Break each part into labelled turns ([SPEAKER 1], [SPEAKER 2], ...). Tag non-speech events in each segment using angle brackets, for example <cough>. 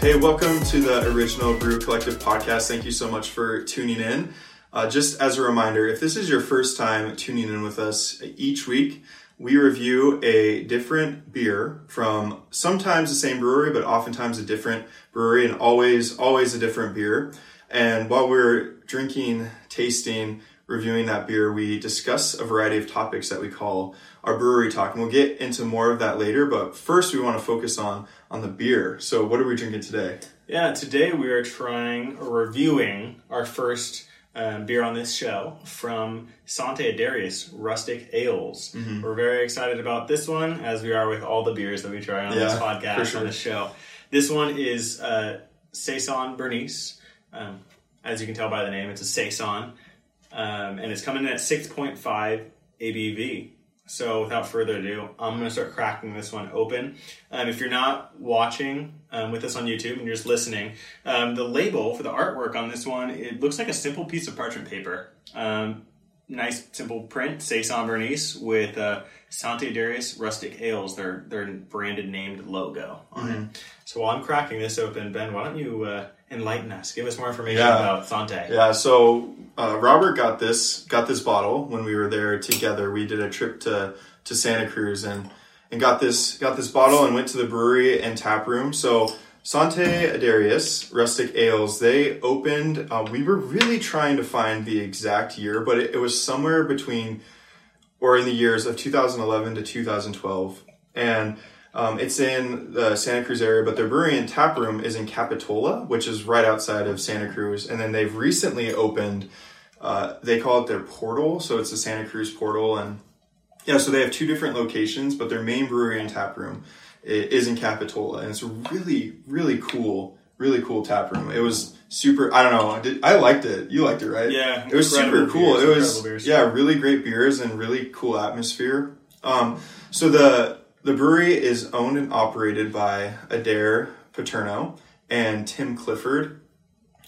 [SPEAKER 1] Hey, welcome to the Original Brew Collective podcast. Thank you so much for tuning in. Uh, just as a reminder, if this is your first time tuning in with us each week, we review a different beer from sometimes the same brewery, but oftentimes a different brewery and always, always a different beer. And while we're drinking, tasting, reviewing that beer, we discuss a variety of topics that we call our brewery talk. And we'll get into more of that later, but first we want to focus on on the beer. So what are we drinking today?
[SPEAKER 2] Yeah, today we are trying or reviewing our first uh, beer on this show from Sante Darius Rustic Ales.
[SPEAKER 1] Mm-hmm.
[SPEAKER 2] We're very excited about this one, as we are with all the beers that we try on this
[SPEAKER 1] Yeah, for
[SPEAKER 2] podcast
[SPEAKER 1] sure.
[SPEAKER 2] on the show. This one is uh, Saison Bernice. Um, as you can tell by the name, it's a Saison, um, and it's coming in at six point five ABV. So, without further ado, I'm going to start cracking this one open. Um, if you're not watching um, with us on YouTube and you're just listening, um, the label for the artwork on this one it looks like a simple piece of parchment paper. Um, nice simple print, Saison Bernice with uh, Sante Darius Rustic Ales, their their branded named logo on
[SPEAKER 1] Mm-hmm.
[SPEAKER 2] it. So while I'm cracking this open, Ben, why don't you uh, enlighten us? Give us more information
[SPEAKER 1] Yeah.
[SPEAKER 2] about Sante.
[SPEAKER 1] Yeah, so uh, Robert got this got this bottle when we were there together. We did a trip to to Santa Cruz and and got this got this bottle and went to the brewery and tap room. So Sante Adarius Rustic Ales they opened. Uh, we were really trying to find the exact year, but it, it was somewhere between or in the years of 2011 to 2012. And um, it's in the Santa Cruz area, but their brewery and tap room is in Capitola, which is right outside of Santa Cruz. And then they've recently opened, uh, they call it their portal. So it's the Santa Cruz portal. And yeah, so they have two different locations, but their main brewery and tap room i- is in Capitola. And it's a really, really cool, really cool tap room. It was super, I don't know, I, did, I liked it. You liked it, right?
[SPEAKER 2] Yeah,
[SPEAKER 1] It was super
[SPEAKER 2] incredible
[SPEAKER 1] cool.
[SPEAKER 2] beers,
[SPEAKER 1] it was,
[SPEAKER 2] incredible beers.
[SPEAKER 1] yeah, really great beers and really cool atmosphere. Um, so the the brewery is owned and operated by Adair Paterno and Tim Clifford,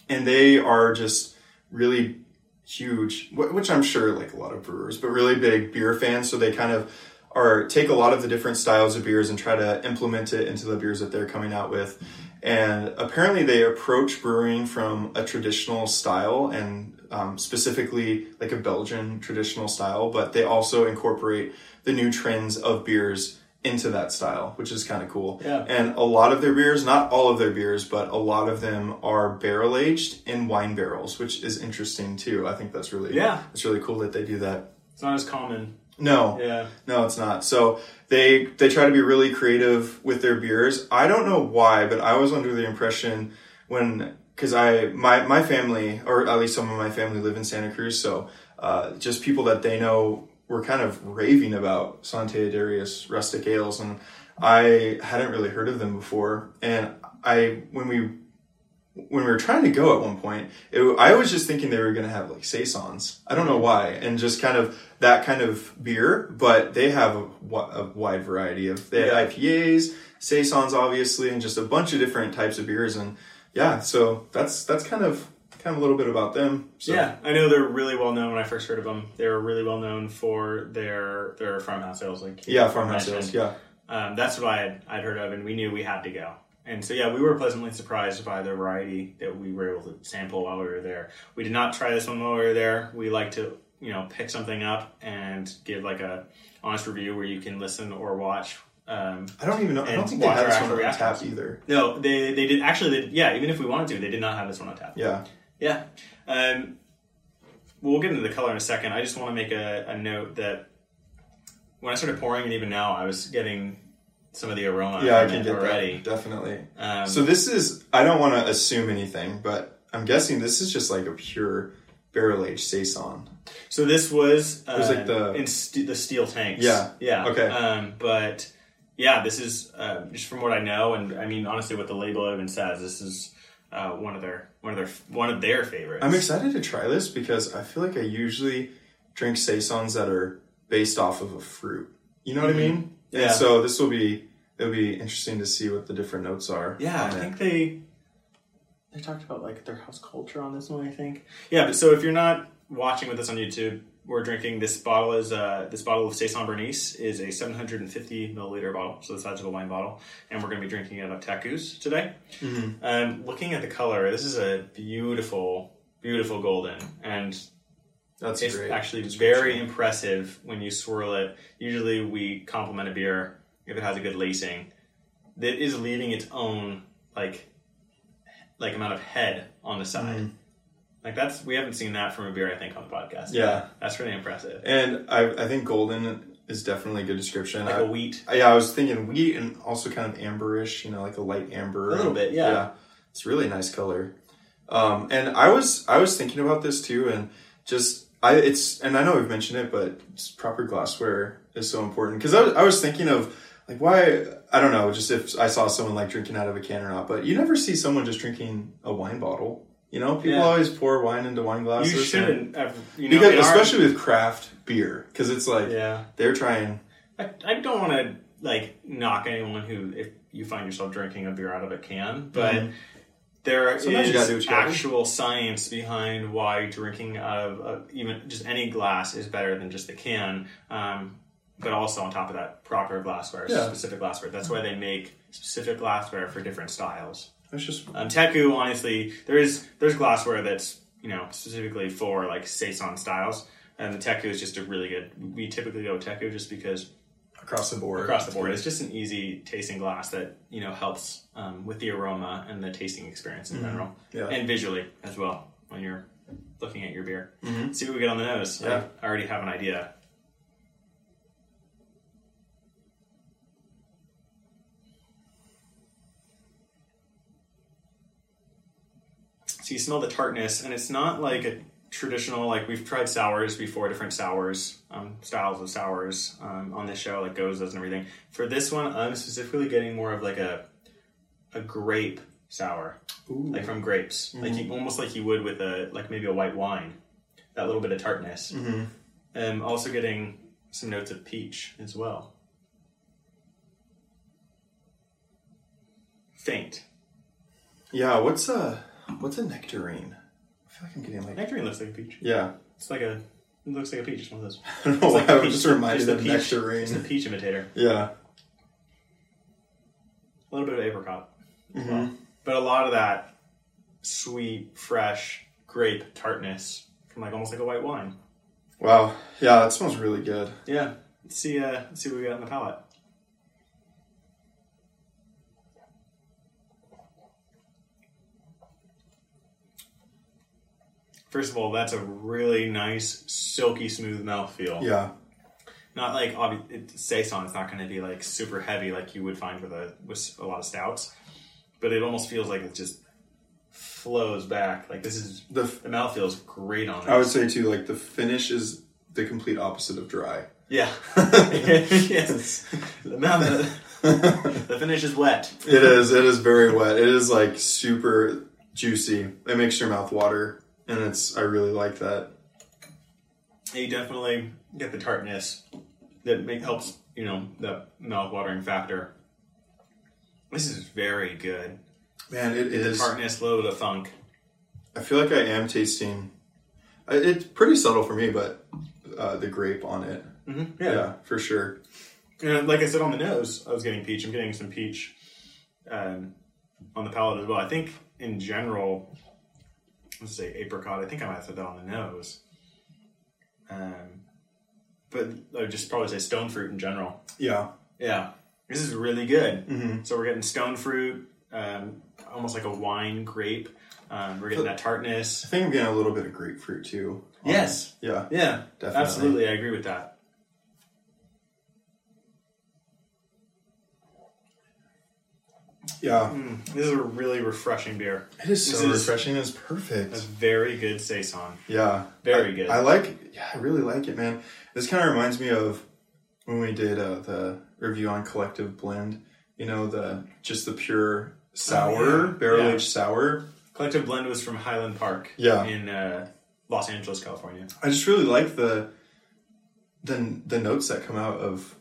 [SPEAKER 1] and they are just really huge, wh- which I'm sure like a lot of brewers, but really big beer fans. So they kind of are take a lot of the different styles of beers and try to implement it into the beers that they're coming out with. And apparently, they approach brewing from a traditional style and um, specifically like a Belgian traditional style, but they also incorporate the new trends of beers into that style, which is kind of cool.
[SPEAKER 2] Yeah.
[SPEAKER 1] And a lot of their beers, not all of their beers, but a lot of them are barrel aged in wine barrels, which is interesting too. I think that's really
[SPEAKER 2] Yeah.
[SPEAKER 1] it's really cool that they do that.
[SPEAKER 2] It's not as common.
[SPEAKER 1] No,
[SPEAKER 2] Yeah.
[SPEAKER 1] no, it's not. So they they try to be really creative with their beers. I don't know why, but I was under the impression when because I my my family or at least some of my family live in Santa Cruz, so uh, just people that they know were kind of raving about Sante Darius rustic ales, and I hadn't really heard of them before. And I when we when we were trying to go at one point, it, I was just thinking they were going to have like saisons. I don't know why, and just kind of that kind of beer. But they have a, wi- a wide variety of they
[SPEAKER 2] Yeah.
[SPEAKER 1] have IPAs, saisons, obviously, and just a bunch of different types of beers. And yeah, so that's that's kind of kind of a little bit about them. So.
[SPEAKER 2] Yeah, I know they're really well known. When I first heard of them, they were really well known for their their farmhouse sales, like you
[SPEAKER 1] Yeah, farmhouse
[SPEAKER 2] mentioned.
[SPEAKER 1] sales. Yeah,
[SPEAKER 2] Um, that's what I had, I'd heard of, and we knew we had to go. And so, yeah, we were pleasantly surprised by the variety that we were able to sample while we were there. We did not try this one while we were there. We like to, you know, pick something up and give like a honest review where you can listen or watch. Um,
[SPEAKER 1] I don't even know. I
[SPEAKER 2] And
[SPEAKER 1] don't think they
[SPEAKER 2] water
[SPEAKER 1] had this
[SPEAKER 2] after
[SPEAKER 1] one on
[SPEAKER 2] reactions.
[SPEAKER 1] tap either.
[SPEAKER 2] no, they they did actually. They, yeah, even if we wanted to, they did not have this one on tap.
[SPEAKER 1] Yeah,
[SPEAKER 2] Yeah. Um, we'll get into the color in a second. I just want to make a, a note that when I started pouring, and even now, I was getting some of the aroma.
[SPEAKER 1] yeah, I
[SPEAKER 2] from
[SPEAKER 1] can
[SPEAKER 2] it
[SPEAKER 1] get
[SPEAKER 2] already.
[SPEAKER 1] that definitely.
[SPEAKER 2] Um,
[SPEAKER 1] So this is I don't want to assume anything, but I'm guessing this is just like a pure barrel aged saison.
[SPEAKER 2] So this was uh,
[SPEAKER 1] was like the-
[SPEAKER 2] in st- the steel tanks.
[SPEAKER 1] Yeah.
[SPEAKER 2] yeah,
[SPEAKER 1] Okay.
[SPEAKER 2] Um, but yeah, this is uh, just from what I know, and I mean honestly, what the label even says, this is uh, one of their one of their one of their favorites.
[SPEAKER 1] I'm excited to try this because I feel like I usually drink saisons that are based off of a fruit. You know what I mean?
[SPEAKER 2] Mm-hmm. Yeah.
[SPEAKER 1] And so this will be it'll be interesting to see what the different notes are.
[SPEAKER 2] yeah, I
[SPEAKER 1] on it.
[SPEAKER 2] think they. they talked about like their house culture on this one, I think. Yeah, but so if you're not watching with us on YouTube, we're drinking this bottle is uh, this bottle of Saison Bernice is a 750 milliliter bottle, so the size of a wine bottle, and we're going to be drinking it of Takus today. Um, looking at the color, this is a beautiful, beautiful golden, and
[SPEAKER 1] That's
[SPEAKER 2] it's
[SPEAKER 1] great.
[SPEAKER 2] actually very impressive when you swirl it. Usually, we compliment a beer if it has a good lacing. That is leaving its own like like amount of head on the side.
[SPEAKER 1] Mm-hmm.
[SPEAKER 2] Like that's we haven't seen that from a beer I think on the podcast.
[SPEAKER 1] Yeah.
[SPEAKER 2] that's really impressive.
[SPEAKER 1] and I, I think golden is definitely a good description.
[SPEAKER 2] Like
[SPEAKER 1] I-
[SPEAKER 2] a wheat,
[SPEAKER 1] yeah, I was thinking wheat and also kind of amberish, you know, like a light amber.
[SPEAKER 2] A little bit, yeah.
[SPEAKER 1] It's a really nice color. Um, and I was I was thinking about this too, and just I it's and I know we've mentioned it, but just proper glassware is so important because I, was- I was thinking of like why I don't know just if I saw someone like drinking out of a can or not, but you never see someone just drinking a wine bottle. You know, people
[SPEAKER 2] Yeah.
[SPEAKER 1] always pour wine into wine glasses.
[SPEAKER 2] you
[SPEAKER 1] and-
[SPEAKER 2] shouldn't. Ever, you know,
[SPEAKER 1] because
[SPEAKER 2] in our-
[SPEAKER 1] especially with craft beer, because it's like
[SPEAKER 2] yeah.
[SPEAKER 1] they're trying
[SPEAKER 2] I, I don't want to like knock anyone who if you find yourself drinking a beer out of a can, but
[SPEAKER 1] Mhm.
[SPEAKER 2] there is
[SPEAKER 1] Sometimes you gotta do what you gotta do.
[SPEAKER 2] actual science behind why drinking out of a, even just any glass is better than just the can. Um, but also on top of that, proper glassware,
[SPEAKER 1] Yeah. Mm-hmm.
[SPEAKER 2] specific glassware. That's why they make specific glassware for different styles.
[SPEAKER 1] it's just
[SPEAKER 2] Um, Teku, honestly, there is there's glassware that's you know specifically for like saison styles, and the Teku is just a really good. We typically go Teku just because
[SPEAKER 1] across the board.
[SPEAKER 2] across the board, it's just an easy tasting glass that you know helps um, with the aroma and the tasting experience in general,
[SPEAKER 1] Yeah.
[SPEAKER 2] and visually as well when you're looking at your beer.
[SPEAKER 1] Mhm.
[SPEAKER 2] See what we get on the nose.
[SPEAKER 1] Yeah.
[SPEAKER 2] I already have an idea. So you smell the tartness, and it's not like a traditional like we've tried sours before, different sours, um, styles of sours um, on this show, like goes and everything. For this one, I'm specifically getting more of like a a grape sour
[SPEAKER 1] Ooh.
[SPEAKER 2] like from grapes, like
[SPEAKER 1] Mm-hmm.
[SPEAKER 2] you, almost like you would with a like maybe a white wine, that little bit of tartness.
[SPEAKER 1] Mhm.
[SPEAKER 2] Um, also getting some notes of peach as well. Faint
[SPEAKER 1] Yeah, what's a what's a nectarine? I feel like I'm getting like
[SPEAKER 2] nectarine looks like a peach.
[SPEAKER 1] yeah.
[SPEAKER 2] It's like a it looks like a peach. It's one of those.
[SPEAKER 1] <laughs> I don't know
[SPEAKER 2] It's
[SPEAKER 1] why
[SPEAKER 2] like
[SPEAKER 1] I
[SPEAKER 2] a
[SPEAKER 1] was
[SPEAKER 2] peach-
[SPEAKER 1] just reminded
[SPEAKER 2] the
[SPEAKER 1] of
[SPEAKER 2] peach- It's the
[SPEAKER 1] nectarine.
[SPEAKER 2] peach imitator.
[SPEAKER 1] Yeah,
[SPEAKER 2] A little bit of apricot, as
[SPEAKER 1] Mhm.
[SPEAKER 2] well. but a lot of that sweet, fresh grape tartness from like almost like a white wine.
[SPEAKER 1] wow. Yeah, that smells really good.
[SPEAKER 2] Yeah. Let's see. Uh, let's see what we got on the palate. First of all, that's a really nice, silky, smooth mouthfeel.
[SPEAKER 1] Yeah,
[SPEAKER 2] Not like obvi- it's saison. It's not going to be like super heavy like you would find with a with a lot of stouts, but it almost feels like it just flows back. Like this is
[SPEAKER 1] the f-
[SPEAKER 2] the mouth feels great on it.
[SPEAKER 1] I would say too like the finish is the complete opposite of dry.
[SPEAKER 2] Yeah. <laughs> yes. The, <laughs> mouth,
[SPEAKER 1] it
[SPEAKER 2] the finish is wet.
[SPEAKER 1] is. It is very wet. It is like super juicy. It makes your mouth water, and it's. I really like that.
[SPEAKER 2] you definitely get the tartness that make, helps you know the mouth-watering factor this is very good
[SPEAKER 1] Man, it
[SPEAKER 2] the
[SPEAKER 1] is.
[SPEAKER 2] tartness a little bit of funk
[SPEAKER 1] I feel like I am tasting. I- It's pretty subtle for me, but uh, the grape on it.
[SPEAKER 2] mm-hmm.
[SPEAKER 1] Yeah, for sure.
[SPEAKER 2] And like i said on the nose i was getting peach i'm getting some peach um, on the palate as well i think in general let's say apricot i think i might have said that on the nose um, but i would just probably say stone fruit in general
[SPEAKER 1] Yeah.
[SPEAKER 2] yeah this is really good
[SPEAKER 1] Mm-hmm.
[SPEAKER 2] So we're getting stone fruit, um, almost like a wine grape. Um, we're getting that
[SPEAKER 1] I
[SPEAKER 2] tartness.
[SPEAKER 1] think I'm getting a little bit of grapefruit too.
[SPEAKER 2] Yes.
[SPEAKER 1] Yeah,
[SPEAKER 2] Yeah.
[SPEAKER 1] definitely.
[SPEAKER 2] Absolutely. I agree with that.
[SPEAKER 1] Yeah,
[SPEAKER 2] Mm, this is a really refreshing beer.
[SPEAKER 1] it is so
[SPEAKER 2] This is-
[SPEAKER 1] refreshing. It's
[SPEAKER 2] A
[SPEAKER 1] perfect.
[SPEAKER 2] very good saison.
[SPEAKER 1] Yeah,
[SPEAKER 2] Very
[SPEAKER 1] I-
[SPEAKER 2] good.
[SPEAKER 1] I like. Yeah, I really like it, man. This kind of reminds me of when we did uh, the review on Collective Blend. You know, the just the pure sour
[SPEAKER 2] Oh, yeah.
[SPEAKER 1] barrel aged sour.
[SPEAKER 2] Collective Blend was from Highland Park
[SPEAKER 1] Yeah.
[SPEAKER 2] in uh, Los Angeles, California.
[SPEAKER 1] I just really like the the the notes that come out of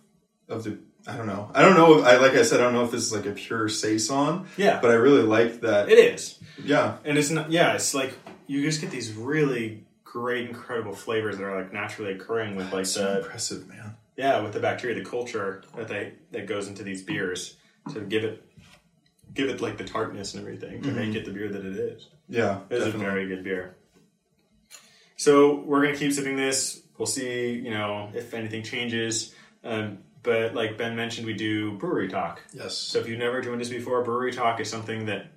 [SPEAKER 1] of the I don't know. I don't know. If, I like I said, I don't know if this is like a pure saison,
[SPEAKER 2] Yeah,
[SPEAKER 1] but I really like that.
[SPEAKER 2] it is.
[SPEAKER 1] Yeah,
[SPEAKER 2] And it's not, yeah, it's like you just get these really great, incredible flavors that are like naturally occurring with like the
[SPEAKER 1] impressive, man.
[SPEAKER 2] yeah with the bacteria, the culture that they that goes into these beers to give it give it like the tartness and everything to make it the beer that it is.
[SPEAKER 1] Yeah,
[SPEAKER 2] It's a
[SPEAKER 1] Mm-hmm. definitely.
[SPEAKER 2] very good beer. So we're gonna keep sipping this. We'll see, you know, if anything changes. Um, but like Ben mentioned, we do brewery talk.
[SPEAKER 1] yes.
[SPEAKER 2] So if you've never joined us before, Brewery Talk is something that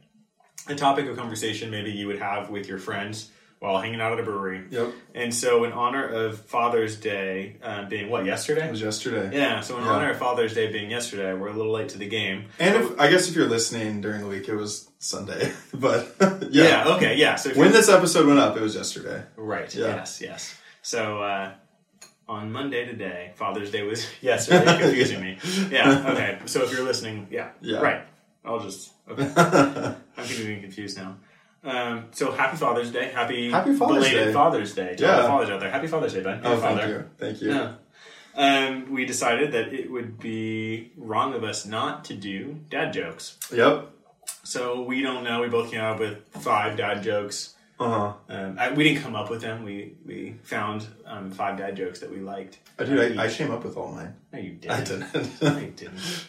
[SPEAKER 2] a topic of conversation maybe you would have with your friends while hanging out at a brewery.
[SPEAKER 1] Yep.
[SPEAKER 2] And so, in honor of Father's Day um, being what
[SPEAKER 1] It
[SPEAKER 2] yesterday,
[SPEAKER 1] was yesterday.
[SPEAKER 2] yeah. So in
[SPEAKER 1] Yeah.
[SPEAKER 2] honor of Father's Day being yesterday, we're a little late to the game.
[SPEAKER 1] And if, I guess if you're listening during the week, it was Sunday. <laughs> But yeah.
[SPEAKER 2] Yeah. okay. Yeah. So if
[SPEAKER 1] When
[SPEAKER 2] you're-
[SPEAKER 1] this episode went up, it was yesterday.
[SPEAKER 2] right.
[SPEAKER 1] Yeah.
[SPEAKER 2] Yes. Yes. So. Uh, on Monday today, Father's Day was <laughs> yesterday, confusing me.
[SPEAKER 1] <laughs>
[SPEAKER 2] Yeah, okay. So if you're listening, yeah,
[SPEAKER 1] Yeah.
[SPEAKER 2] right. I'll just
[SPEAKER 1] <laughs>
[SPEAKER 2] okay. I'm getting confused now. Um, so happy Father's Day. Happy,
[SPEAKER 1] Happy Father's
[SPEAKER 2] belated
[SPEAKER 1] Day.
[SPEAKER 2] Father's Day to all the
[SPEAKER 1] Yeah.
[SPEAKER 2] fathers out there. Happy Father's Day, Ben. You're
[SPEAKER 1] oh,
[SPEAKER 2] a
[SPEAKER 1] thank
[SPEAKER 2] father.
[SPEAKER 1] you. Thank you.
[SPEAKER 2] Yeah. Um, we decided that it would be wrong of us not to do dad jokes.
[SPEAKER 1] Yep.
[SPEAKER 2] So we don't know. We both came up with five dad jokes.
[SPEAKER 1] Uh huh.
[SPEAKER 2] Um, I, we didn't come up with them. We we found um, five dad jokes that we liked.
[SPEAKER 1] I
[SPEAKER 2] Um,
[SPEAKER 1] did. I, I came up with all mine.
[SPEAKER 2] no, you didn't.
[SPEAKER 1] I didn't.
[SPEAKER 2] No, you didn't.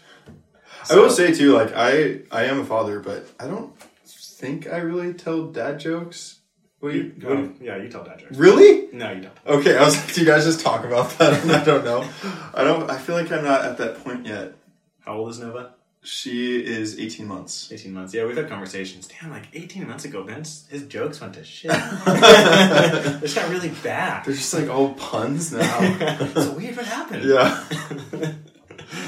[SPEAKER 1] I will
[SPEAKER 2] So-
[SPEAKER 1] say too, like I, I am a father, but I don't think I really tell dad jokes. What do <laughs> you? what do
[SPEAKER 2] Go. yeah, you tell dad jokes.
[SPEAKER 1] you- really?
[SPEAKER 2] No, you don't.
[SPEAKER 1] Okay. I was like, do you guys just talk about that? <laughs> And I don't know. I don't. I feel like I'm not at that point yet.
[SPEAKER 2] How old is Nova?
[SPEAKER 1] She is 18 months.
[SPEAKER 2] 18 months. Yeah, we've had conversations. Damn, like 18 months ago, Ben's his jokes went to
[SPEAKER 1] <laughs>
[SPEAKER 2] shit. this got really bad.
[SPEAKER 1] They're just like all puns <laughs> now.
[SPEAKER 2] it's weird what happened. <laughs>
[SPEAKER 1] yeah.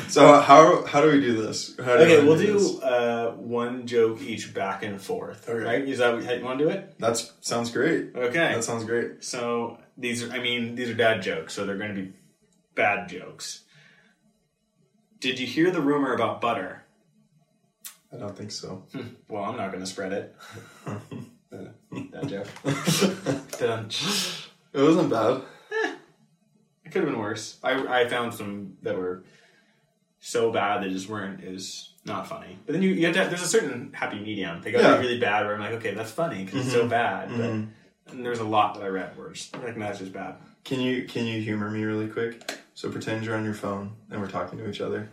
[SPEAKER 1] So how how do we do this? How do you
[SPEAKER 2] okay,
[SPEAKER 1] wanna
[SPEAKER 2] we'll
[SPEAKER 1] this?
[SPEAKER 2] do uh, one joke each back and forth.
[SPEAKER 1] Okay.
[SPEAKER 2] Right? Is that how you want to do it?
[SPEAKER 1] That's sounds great.
[SPEAKER 2] Okay.
[SPEAKER 1] That sounds great.
[SPEAKER 2] so these are, I mean, these are dad jokes, so they're going to be bad jokes. Did you hear the rumor about butter?
[SPEAKER 1] I don't think so.
[SPEAKER 2] Well, I'm not going to spread it. That joke. Done.
[SPEAKER 1] It wasn't bad.
[SPEAKER 2] It could have been worse. I, I found some that were so bad they just weren't. It was not funny. But then you, you have to. Have, there's a certain happy medium. They got
[SPEAKER 1] Yeah.
[SPEAKER 2] really bad where I'm like, okay, that's funny because it's so bad. But and there's a lot that I read where it's like, no, that's just bad.
[SPEAKER 1] Can you can you humor me really quick? So pretend you're on your phone and we're talking to each other.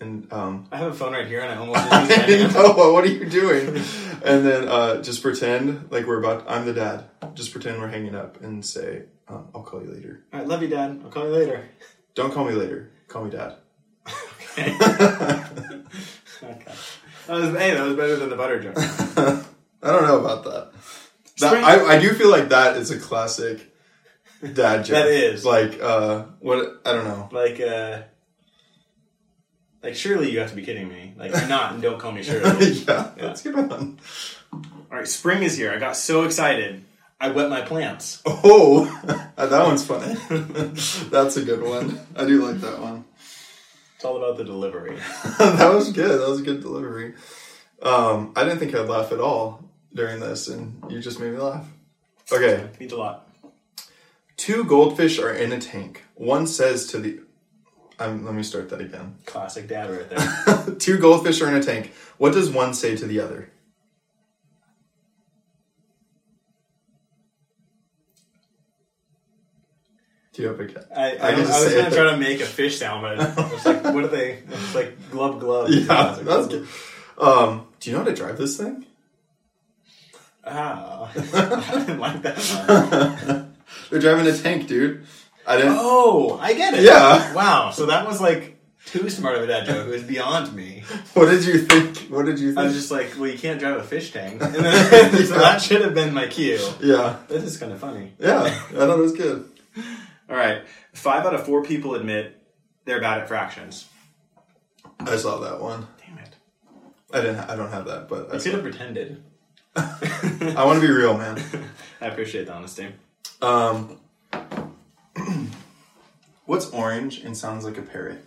[SPEAKER 1] And um <laughs>
[SPEAKER 2] I have a phone right here and I almost didn't use
[SPEAKER 1] I
[SPEAKER 2] my
[SPEAKER 1] didn't
[SPEAKER 2] hand.
[SPEAKER 1] know what are you doing? and then uh just pretend like we're about I'm the dad. Just pretend we're hanging up and say, um, I'll call you later.
[SPEAKER 2] All right, love you, Dad. I'll call you <laughs> later.
[SPEAKER 1] Don't call me later. Call me dad. <laughs>
[SPEAKER 2] okay. That was, hey, that was better than the butter joke.
[SPEAKER 1] I don't know about that. That-
[SPEAKER 2] Spring-
[SPEAKER 1] I, I do feel like that is a classic dad joke.
[SPEAKER 2] That is.
[SPEAKER 1] like uh, what I don't know. <laughs>
[SPEAKER 2] Like, uh, like surely you have to be kidding me. Like, you're not, and don't call me <laughs> Shirley.
[SPEAKER 1] yeah, that's a good one.
[SPEAKER 2] All right, spring is here. I got so excited. I wet my plants.
[SPEAKER 1] Oh, <laughs> that one's funny. <laughs> that's a good one. I do like that one. <laughs>
[SPEAKER 2] It's all about the delivery.
[SPEAKER 1] that was good. That was a good delivery. Um, I didn't think I'd laugh at all during this, and you just made me laugh. Okay,
[SPEAKER 2] Means a lot.
[SPEAKER 1] two goldfish are in a tank. One says to the, um, let me start that again.
[SPEAKER 2] Classic dad right <laughs> there.
[SPEAKER 1] <laughs> Two goldfish are in a tank. What does one say to the other? Do you have a cat?
[SPEAKER 2] I, I,
[SPEAKER 1] I
[SPEAKER 2] don't-
[SPEAKER 1] can
[SPEAKER 2] I was
[SPEAKER 1] say
[SPEAKER 2] gonna
[SPEAKER 1] it.
[SPEAKER 2] try to make a fish sound, but I was like, what are they? It's like glove glove. <laughs>
[SPEAKER 1] <laughs> Yeah, that's good. Um, do you know how to drive this thing?
[SPEAKER 2] Ah, <laughs> I didn't like that. One.
[SPEAKER 1] They're driving a tank, dude. I didn't.
[SPEAKER 2] Oh, I get it.
[SPEAKER 1] Yeah.
[SPEAKER 2] Wow. So that was like too smart of a dad <laughs> joke. It was beyond me.
[SPEAKER 1] <laughs> What did you think? What did you
[SPEAKER 2] I
[SPEAKER 1] think?
[SPEAKER 2] was just like, well, you can't drive a fish <laughs> tank. And then, so that should have been my cue.
[SPEAKER 1] yeah,
[SPEAKER 2] This is kind of funny.
[SPEAKER 1] yeah. I thought it was good.
[SPEAKER 2] All right. Five out of four people admit they're bad at fractions.
[SPEAKER 1] I saw that one.
[SPEAKER 2] Damn it.
[SPEAKER 1] I didn't. I don't have that, but I,
[SPEAKER 2] I
[SPEAKER 1] saw-
[SPEAKER 2] could have pretended.
[SPEAKER 1] I want to be real,
[SPEAKER 2] <laughs>
[SPEAKER 1] man.
[SPEAKER 2] I appreciate the honesty.
[SPEAKER 1] Um, <clears throat> what's orange and sounds like a parrot?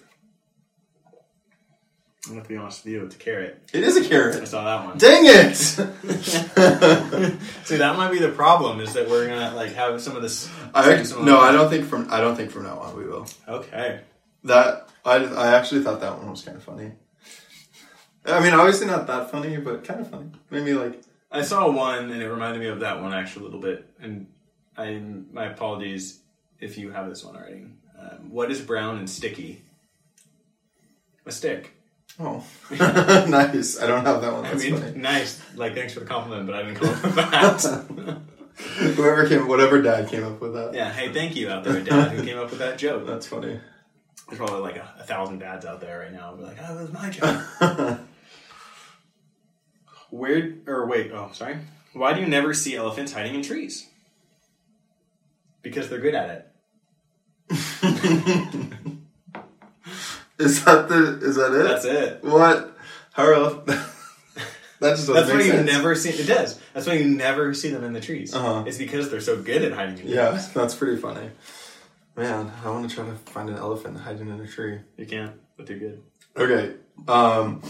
[SPEAKER 2] I'm gonna have to be honest with you, it's a carrot.
[SPEAKER 1] It is
[SPEAKER 2] I
[SPEAKER 1] a carrot.
[SPEAKER 2] saw that one.
[SPEAKER 1] Dang it!
[SPEAKER 2] See, that might be the problem is that we're gonna like have some of this.
[SPEAKER 1] I
[SPEAKER 2] some of
[SPEAKER 1] no,
[SPEAKER 2] that.
[SPEAKER 1] I don't think from I don't think from now on we will.
[SPEAKER 2] Okay.
[SPEAKER 1] That I, I actually thought that one was kind of funny. I mean, obviously not that funny, but kind of funny. Maybe like
[SPEAKER 2] I saw one and it reminded me of that one actually a little bit. And I, my apologies if you have this one already. Um, what is brown and sticky? A stick.
[SPEAKER 1] oh, <laughs> nice. I don't have that one.
[SPEAKER 2] I
[SPEAKER 1] That's
[SPEAKER 2] mean,
[SPEAKER 1] funny.
[SPEAKER 2] nice. Like, thanks for the compliment, but I didn't come up with
[SPEAKER 1] <laughs>
[SPEAKER 2] that.
[SPEAKER 1] Whoever came, whatever dad came up with that.
[SPEAKER 2] yeah. Hey, thank you out there, Dad, who came up with that joke.
[SPEAKER 1] That's funny.
[SPEAKER 2] There's probably like a, a thousand dads out there right now. who'd Be like, oh, that was my joke.
[SPEAKER 1] <laughs>
[SPEAKER 2] Where or wait? Oh, sorry. Why do you never see elephants hiding in trees? Because they're good at it.
[SPEAKER 1] is that the? Is that it?
[SPEAKER 2] That's it.
[SPEAKER 1] What? How <laughs> are elef- that just doesn't
[SPEAKER 2] That's why
[SPEAKER 1] make
[SPEAKER 2] you
[SPEAKER 1] sense.
[SPEAKER 2] never see. It does. That's why you never see them in the trees.
[SPEAKER 1] Uh-huh.
[SPEAKER 2] It's because they're so good at hiding in trees.
[SPEAKER 1] yeah, <laughs> that's pretty funny. Man, I want to try to find an elephant hiding in a tree.
[SPEAKER 2] You can't, but they're good.
[SPEAKER 1] Okay. Um,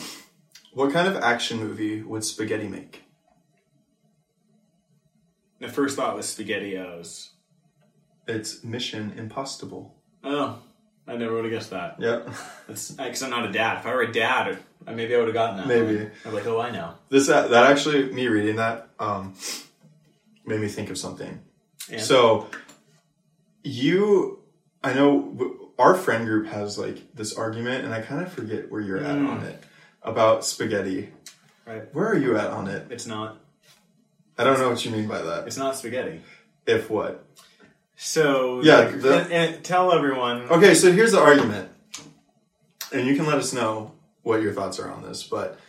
[SPEAKER 1] what kind of action movie would spaghetti make?
[SPEAKER 2] The first thought was spaghettios.
[SPEAKER 1] It's Mission Impossible.
[SPEAKER 2] Oh, I never would have guessed that.
[SPEAKER 1] Yep. <laughs>
[SPEAKER 2] That's because I'm not a dad. If I were a dad, I- maybe I would have gotten that.
[SPEAKER 1] Maybe.
[SPEAKER 2] I'm like, oh, I know.
[SPEAKER 1] This that, that actually me reading that um, made me think of something.
[SPEAKER 2] Yeah.
[SPEAKER 1] So you, I know w- our friend group has like this argument, and I kind of forget where you're at on it about spaghetti.
[SPEAKER 2] Mm. Right.
[SPEAKER 1] Where are you at on it?
[SPEAKER 2] It's not.
[SPEAKER 1] I don't know what you mean by that.
[SPEAKER 2] It's not spaghetti.
[SPEAKER 1] If what?
[SPEAKER 2] So
[SPEAKER 1] Yeah,
[SPEAKER 2] like,
[SPEAKER 1] the-
[SPEAKER 2] and, and tell everyone.
[SPEAKER 1] Okay, so here's the argument, and you can let us know what your thoughts are on this. But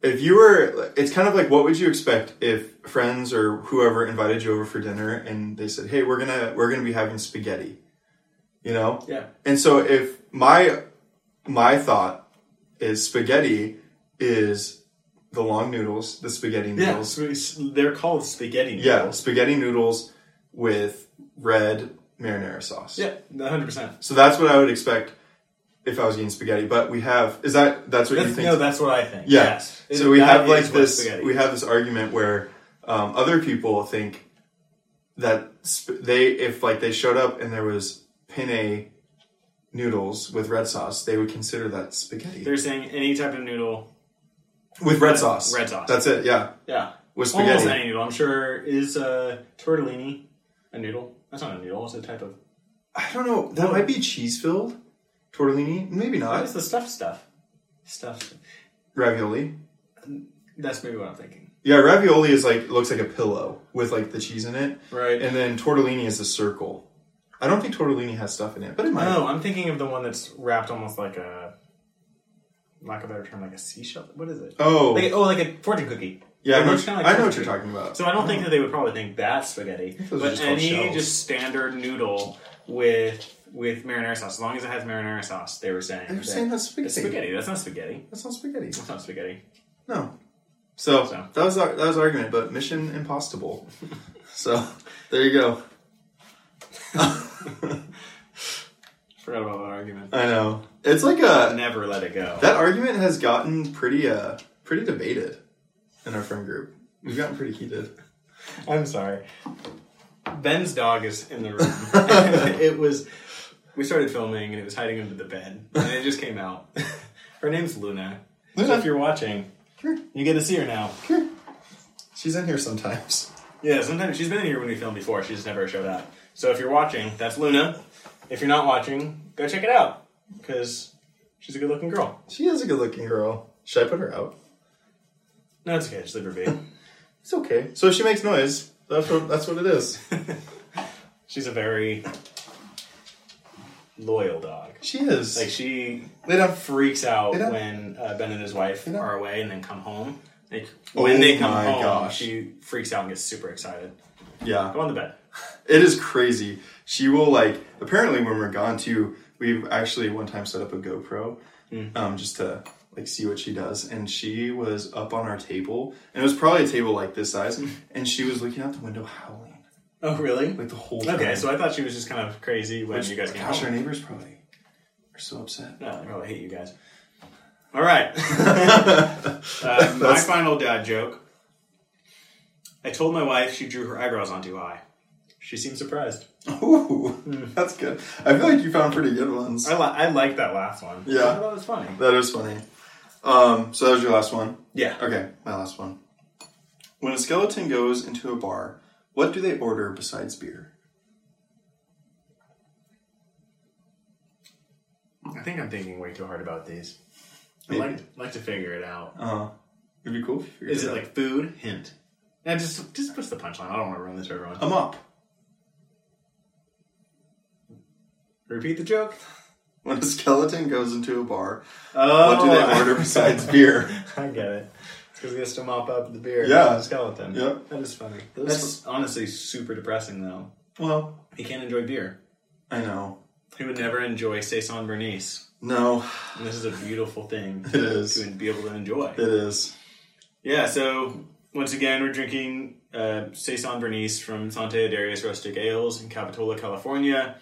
[SPEAKER 1] if you were, it's kind of like, what would you expect if friends or whoever invited you over for dinner and they said, "Hey, we're gonna we're gonna be having spaghetti," you know?
[SPEAKER 2] Yeah.
[SPEAKER 1] And so if my my thought is spaghetti is the long noodles, the spaghetti
[SPEAKER 2] Yeah.
[SPEAKER 1] noodles.
[SPEAKER 2] sp- s- They're called spaghetti
[SPEAKER 1] Yeah,
[SPEAKER 2] noodles.
[SPEAKER 1] spaghetti noodles with red marinara sauce.
[SPEAKER 2] Yeah. 100. percent
[SPEAKER 1] So that's what I would expect if I was eating spaghetti. But we have is that that's what you
[SPEAKER 2] That's,
[SPEAKER 1] think?
[SPEAKER 2] no, that's what I think.
[SPEAKER 1] yeah.
[SPEAKER 2] Yes.
[SPEAKER 1] So we
[SPEAKER 2] That
[SPEAKER 1] have like
[SPEAKER 2] is what
[SPEAKER 1] this
[SPEAKER 2] spaghetti
[SPEAKER 1] we
[SPEAKER 2] is.
[SPEAKER 1] have this argument where um, other people think that sp- they if like they showed up and there was penne noodles with red sauce, they would consider that spaghetti.
[SPEAKER 2] They're saying any type of noodle.
[SPEAKER 1] With red
[SPEAKER 2] Red-
[SPEAKER 1] sauce.
[SPEAKER 2] red sauce.
[SPEAKER 1] That's it, yeah.
[SPEAKER 2] Yeah.
[SPEAKER 1] With
[SPEAKER 2] Almost
[SPEAKER 1] spaghetti.
[SPEAKER 2] any noodle. I'm sure is uh, tortellini a noodle. That's not a noodle. It's a type of.
[SPEAKER 1] I don't know. That might be cheese filled. Tortellini? Maybe
[SPEAKER 2] What
[SPEAKER 1] not.
[SPEAKER 2] is the stuff stuff? Stuff.
[SPEAKER 1] Ravioli.
[SPEAKER 2] That's maybe what I'm thinking.
[SPEAKER 1] Yeah, ravioli is like looks like a pillow with like the cheese in it.
[SPEAKER 2] Right.
[SPEAKER 1] And then tortellini is a circle. I don't think tortellini has stuff in it, but it might.
[SPEAKER 2] No, oh, I'm thinking of the one that's wrapped almost like a, lack of a better term, like a seashell. What is it?
[SPEAKER 1] Oh,
[SPEAKER 2] Like, oh, like a fortune cookie.
[SPEAKER 1] yeah, I know,
[SPEAKER 2] It's kinda like
[SPEAKER 1] I know what
[SPEAKER 2] fortune
[SPEAKER 1] you're talking about.
[SPEAKER 2] cookie. So I don't think that they would probably think that's spaghetti,
[SPEAKER 1] those are
[SPEAKER 2] but
[SPEAKER 1] just called
[SPEAKER 2] any
[SPEAKER 1] shells.
[SPEAKER 2] just standard noodle with with marinara sauce, as long as it has marinara sauce, they were saying.
[SPEAKER 1] They're
[SPEAKER 2] that
[SPEAKER 1] saying that's spaghetti.
[SPEAKER 2] it's spaghetti. That's not spaghetti.
[SPEAKER 1] That's not spaghetti.
[SPEAKER 2] That's not spaghetti.
[SPEAKER 1] No. So,
[SPEAKER 2] So.
[SPEAKER 1] that was our, that was our argument, but
[SPEAKER 2] <laughs>
[SPEAKER 1] Mission Impossible. so there you go.
[SPEAKER 2] Forgot about that argument.
[SPEAKER 1] I know it's like a
[SPEAKER 2] Never let it go.
[SPEAKER 1] That argument has gotten pretty uh pretty debated in our friend group. We've gotten pretty heated.
[SPEAKER 2] I'm sorry. Ben's dog is in the <laughs> room. it was. We started filming and it was hiding under the bed, and it just came out. <laughs> her name's Luna. So
[SPEAKER 1] Luna.
[SPEAKER 2] if you're watching,
[SPEAKER 1] Sure.
[SPEAKER 2] you get to see her now.
[SPEAKER 1] She's in here sometimes.
[SPEAKER 2] Yeah, sometimes she's been in here when we filmed before. She just never showed up. So if you're watching, that's Luna. If you're not watching, go check it out because she's a good-looking girl.
[SPEAKER 1] She is a good looking girl. Should I put her out?
[SPEAKER 2] No, it's okay. Just leave her <laughs> be.
[SPEAKER 1] It's okay. So if she makes noise, that's what that's what
[SPEAKER 2] <laughs>
[SPEAKER 1] it is.
[SPEAKER 2] She's a very loyal dog.
[SPEAKER 1] She is.
[SPEAKER 2] Like she
[SPEAKER 1] they don't f-
[SPEAKER 2] freaks out
[SPEAKER 1] They don't-
[SPEAKER 2] when uh, Ben and his wife
[SPEAKER 1] don't-
[SPEAKER 2] are away and then come home. Like
[SPEAKER 1] Oh
[SPEAKER 2] when they come
[SPEAKER 1] my
[SPEAKER 2] home,
[SPEAKER 1] gosh.
[SPEAKER 2] she freaks out and gets super excited.
[SPEAKER 1] Yeah.
[SPEAKER 2] Go on the bed.
[SPEAKER 1] It is crazy. She will like apparently when we're gone too, we've actually one time set up a GoPro
[SPEAKER 2] Hmm.
[SPEAKER 1] um just to like see what she does. And she was up on our table and it was probably a table like this
[SPEAKER 2] Hmm.
[SPEAKER 1] size, and she was looking out the window howling.
[SPEAKER 2] Oh, really?
[SPEAKER 1] Like the whole time.
[SPEAKER 2] Okay, so I thought she was just kind of crazy when you guys Hmm. came
[SPEAKER 1] Gosh, our
[SPEAKER 2] home.
[SPEAKER 1] neighbors probably are so upset. <laughs>
[SPEAKER 2] No, I probably hate you guys. All right. uh, my
[SPEAKER 1] That's-
[SPEAKER 2] final dad joke. I told my wife she drew her eyebrows on too high. She She seemed surprised.
[SPEAKER 1] Ooh, that's good. I feel like you found pretty good ones.
[SPEAKER 2] I, li- I like that last one.
[SPEAKER 1] Yeah.
[SPEAKER 2] I thought that was funny.
[SPEAKER 1] That is funny. Um, so that was your last one.
[SPEAKER 2] Yeah.
[SPEAKER 1] Okay, my last one. When a skeleton goes into a bar, what do they order besides beer?
[SPEAKER 2] I think I'm thinking way too hard about these. I
[SPEAKER 1] Maybe.
[SPEAKER 2] like, like to figure it out.
[SPEAKER 1] Uh, it'd be cool. If you figured
[SPEAKER 2] Is it
[SPEAKER 1] out.
[SPEAKER 2] like food? Hint. Now just just push the punchline. I don't want to ruin this for everyone.
[SPEAKER 1] a mop?
[SPEAKER 2] Repeat the joke.
[SPEAKER 1] When a skeleton goes into a bar,
[SPEAKER 2] Oh,
[SPEAKER 1] what do they order besides beer?
[SPEAKER 2] <laughs> I get it. It's because he has to mop up the beer.
[SPEAKER 1] Yeah.
[SPEAKER 2] with the skeleton.
[SPEAKER 1] Yep.
[SPEAKER 2] That is funny.
[SPEAKER 1] That
[SPEAKER 2] That's
[SPEAKER 1] is
[SPEAKER 2] honestly super depressing, though.
[SPEAKER 1] Well,
[SPEAKER 2] He can't enjoy beer.
[SPEAKER 1] I know.
[SPEAKER 2] He would never enjoy Saison Bernice.
[SPEAKER 1] No,
[SPEAKER 2] And this is a beautiful thing
[SPEAKER 1] It is.
[SPEAKER 2] to be able to enjoy.
[SPEAKER 1] it is.
[SPEAKER 2] Yeah, so once again, we're drinking uh, Saison Bernice from Santa Darius Rustic Ales in Capitola, California.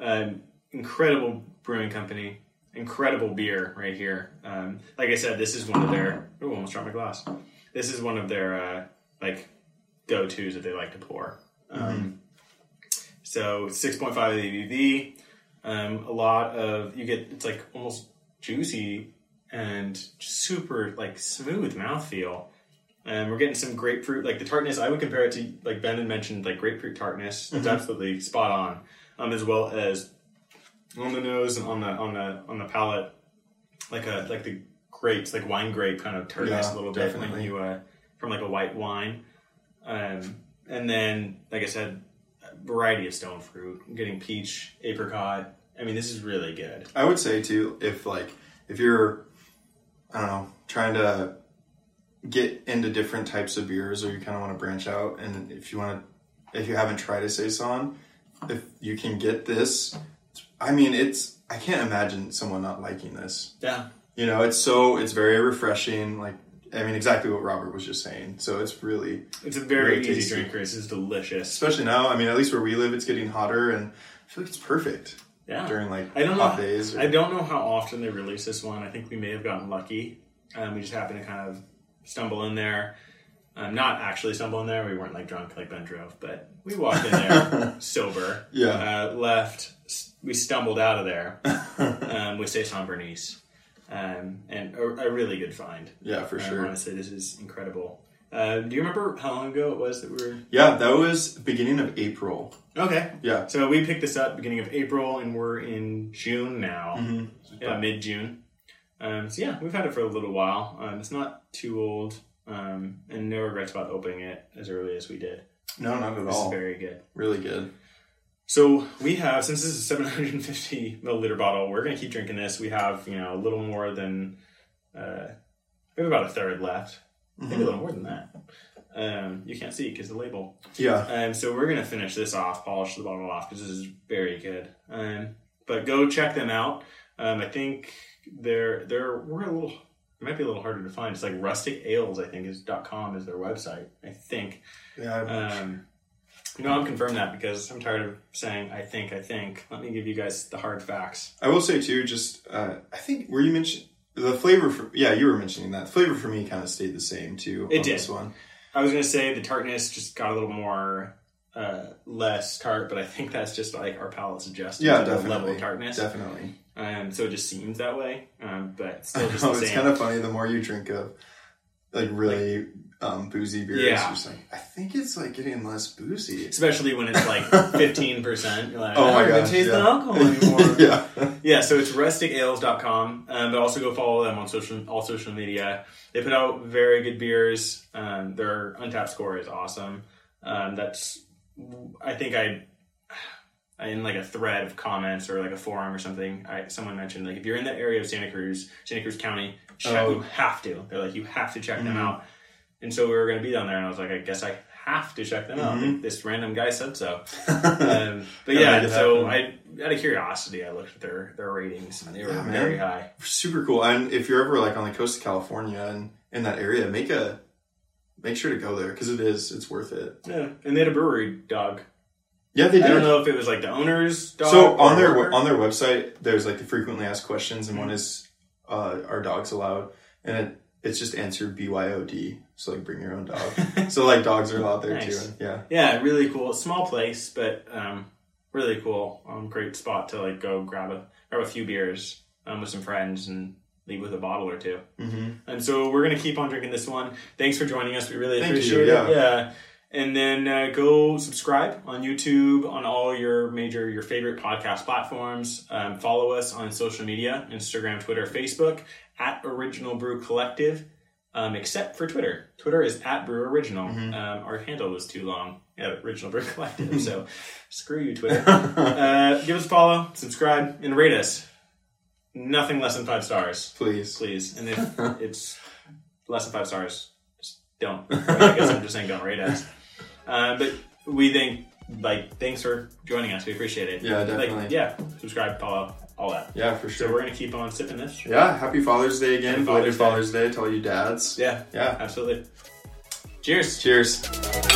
[SPEAKER 2] Um, incredible brewing company, incredible beer right here. Um, like I said, this is one of their. Oh, almost dropped my glass. This is one of their uh, like go tos that they like to pour. Um, So six point five ABV. Um, a lot of you get it's like almost juicy and super like smooth mouthfeel. And we're getting some grapefruit, like the tartness. I would compare it to like Ben had mentioned, like grapefruit tartness. It's absolutely spot on, um, as well as on the nose and on the on the on the palate, like a like the grapes, like wine grape kind of tartness
[SPEAKER 1] Yeah,
[SPEAKER 2] a little bit when
[SPEAKER 1] definitely.
[SPEAKER 2] you uh, from like a white wine, um, and then like I said, a variety of stone fruit. I'm getting peach, apricot. I mean, this is really good.
[SPEAKER 1] I would say too, if like if you're, I don't know, trying to get into different types of beers, or you kind of want to branch out, and if you want to, if you haven't tried a saison, if you can get this, I mean, it's I can't imagine someone not liking this.
[SPEAKER 2] Yeah,
[SPEAKER 1] You know, it's so it's very refreshing. Like I mean, exactly what Robert was just saying. So it's really
[SPEAKER 2] it's a very
[SPEAKER 1] Really
[SPEAKER 2] easy
[SPEAKER 1] tasty.
[SPEAKER 2] drinker. This is delicious.
[SPEAKER 1] especially now. I mean, at least where we live, it's getting hotter, and I feel like it's perfect
[SPEAKER 2] Yeah.
[SPEAKER 1] during like
[SPEAKER 2] I don't know.
[SPEAKER 1] hot days. or-
[SPEAKER 2] I don't know how often they release this one. I think we may have gotten lucky. Um, we just happened to kind of stumble in there. Um, not actually stumble in there. We weren't like drunk like Ben drove, but we walked in
[SPEAKER 1] <laughs>
[SPEAKER 2] there sober.
[SPEAKER 1] Yeah.
[SPEAKER 2] Uh, left. s- We stumbled out of
[SPEAKER 1] <laughs>
[SPEAKER 2] there um, with Saison Bernice, um, and a, a really good find.
[SPEAKER 1] yeah, for
[SPEAKER 2] Um,
[SPEAKER 1] sure.
[SPEAKER 2] Honestly, this is incredible. Uh, do you remember how long ago it was that we were?
[SPEAKER 1] Yeah, that was beginning of April.
[SPEAKER 2] Okay.
[SPEAKER 1] Yeah.
[SPEAKER 2] So we picked this up beginning of April, and we're in June now,
[SPEAKER 1] Mhm.
[SPEAKER 2] yeah, mid June. Um, so yeah, we've had it for a little while. Um, it's not too old, um, and no regrets about opening it as early as we did.
[SPEAKER 1] No, not at
[SPEAKER 2] This is
[SPEAKER 1] all.
[SPEAKER 2] very good.
[SPEAKER 1] Really good.
[SPEAKER 2] So we have, since this is a 750 milliliter bottle, we're gonna keep drinking this. We have, you know, a little more than, uh, we have about a third left,
[SPEAKER 1] Mm-hmm.
[SPEAKER 2] maybe a little more than that. Um, you can't see because the label.
[SPEAKER 1] Yeah.
[SPEAKER 2] Um, so we're gonna finish this off, polish the bottle off because this is very good. Um, but go check them out. Um, I think they're they're we're a little it might be a little harder to find. It's like rustic ales, I think is dot com is their website. I think.
[SPEAKER 1] Yeah.
[SPEAKER 2] Um, no, I'm confirm that because I'm tired of saying I think I think. Let me give you guys the hard facts.
[SPEAKER 1] I will say too, just uh, I think were you mentioning the flavor for yeah, you were mentioning that. The flavor for me kind of stayed the same too
[SPEAKER 2] It
[SPEAKER 1] on
[SPEAKER 2] did.
[SPEAKER 1] this one.
[SPEAKER 2] I was gonna say the tartness just got a little more. Uh, less tart, but I think that's just like our palate's adjusting to
[SPEAKER 1] Yeah,
[SPEAKER 2] the
[SPEAKER 1] definitely.
[SPEAKER 2] level of tartness.
[SPEAKER 1] Definitely.
[SPEAKER 2] Um, so it just seems that way, um, but
[SPEAKER 1] I <laughs>
[SPEAKER 2] still just
[SPEAKER 1] know,
[SPEAKER 2] the
[SPEAKER 1] Oh, it's
[SPEAKER 2] same.
[SPEAKER 1] kind of funny the more you drink of like really um, boozy beers,
[SPEAKER 2] Yeah.
[SPEAKER 1] you're just like, I think it's like getting less boozy. <laughs>
[SPEAKER 2] Especially when it's like fifteen percent. You're like,
[SPEAKER 1] Oh
[SPEAKER 2] I don't
[SPEAKER 1] my
[SPEAKER 2] even
[SPEAKER 1] gosh,
[SPEAKER 2] taste the
[SPEAKER 1] yeah.
[SPEAKER 2] alcohol anymore. yeah.
[SPEAKER 1] <laughs> yeah.
[SPEAKER 2] so it's rusticales.com, um, but also go follow them on social all social media. They put out very good beers. Um, their untapped score is awesome. Um, that's I think I in like a thread of comments or like a forum or something, I, someone mentioned like if you're in the area of Santa Cruz, Santa Cruz County, check,
[SPEAKER 1] Oh.
[SPEAKER 2] you have to. They're like you have to check them
[SPEAKER 1] Mhm.
[SPEAKER 2] out. And so we were going to be down there, and I was like, I guess I have to check them out.
[SPEAKER 1] Mhm.
[SPEAKER 2] This random guy said
[SPEAKER 1] <laughs>
[SPEAKER 2] so. Um, but yeah,
[SPEAKER 1] Gotta make it
[SPEAKER 2] so I out of curiosity, I looked at their their ratings, and they were
[SPEAKER 1] Yeah, man.
[SPEAKER 2] very high.
[SPEAKER 1] super cool. And if you're ever like on the coast of California and in that area, make a make sure to go there because it is it's worth it.
[SPEAKER 2] Yeah, and they had a brewery dog.
[SPEAKER 1] Yeah, they
[SPEAKER 2] I don't
[SPEAKER 1] do.
[SPEAKER 2] know if it was like the owner's dog.
[SPEAKER 1] So
[SPEAKER 2] or
[SPEAKER 1] on their
[SPEAKER 2] whatever.
[SPEAKER 1] on their website, there's like the frequently asked questions, and one is uh, are dogs allowed, and it it's just answered BYOD. So like bring your own dog. so like dogs are allowed there
[SPEAKER 2] Nice.
[SPEAKER 1] too. And yeah.
[SPEAKER 2] Yeah, really cool. Small place, but um, really cool. Um, great spot to like go grab a grab a few beers um, with some friends and leave with a bottle or two.
[SPEAKER 1] Mm-hmm.
[SPEAKER 2] And so we're gonna keep on drinking this one. Thanks for joining us. We really
[SPEAKER 1] Thank you,
[SPEAKER 2] appreciate
[SPEAKER 1] yeah.
[SPEAKER 2] it. Yeah. And then uh, go subscribe on YouTube, on all your major, your favorite podcast platforms. Um, follow us on social media Instagram, Twitter, Facebook, at Original Brew Collective, um, except for Twitter. Twitter is at Brew Original.
[SPEAKER 1] Mhm.
[SPEAKER 2] Um, our handle was too long, at Original Brew
[SPEAKER 1] <laughs>
[SPEAKER 2] Collective. so screw you, Twitter. Uh, give us a follow, subscribe, and rate us. Nothing less than five stars
[SPEAKER 1] Please.
[SPEAKER 2] please. And
[SPEAKER 1] <laughs>
[SPEAKER 2] if it's less than five stars, just don't. I guess I'm just saying don't rate us. Uh, but we think like thanks for joining us. We appreciate it.
[SPEAKER 1] Yeah, definitely.
[SPEAKER 2] Like, yeah, subscribe, follow, all that.
[SPEAKER 1] Yeah, for
[SPEAKER 2] So
[SPEAKER 1] sure.
[SPEAKER 2] we're gonna keep on sipping this.
[SPEAKER 1] yeah. Happy Father's Day again.
[SPEAKER 2] Happy
[SPEAKER 1] Belated
[SPEAKER 2] Father's
[SPEAKER 1] Father's Day to all you dads.
[SPEAKER 2] Yeah,
[SPEAKER 1] Yeah.
[SPEAKER 2] absolutely. Cheers.
[SPEAKER 1] Cheers.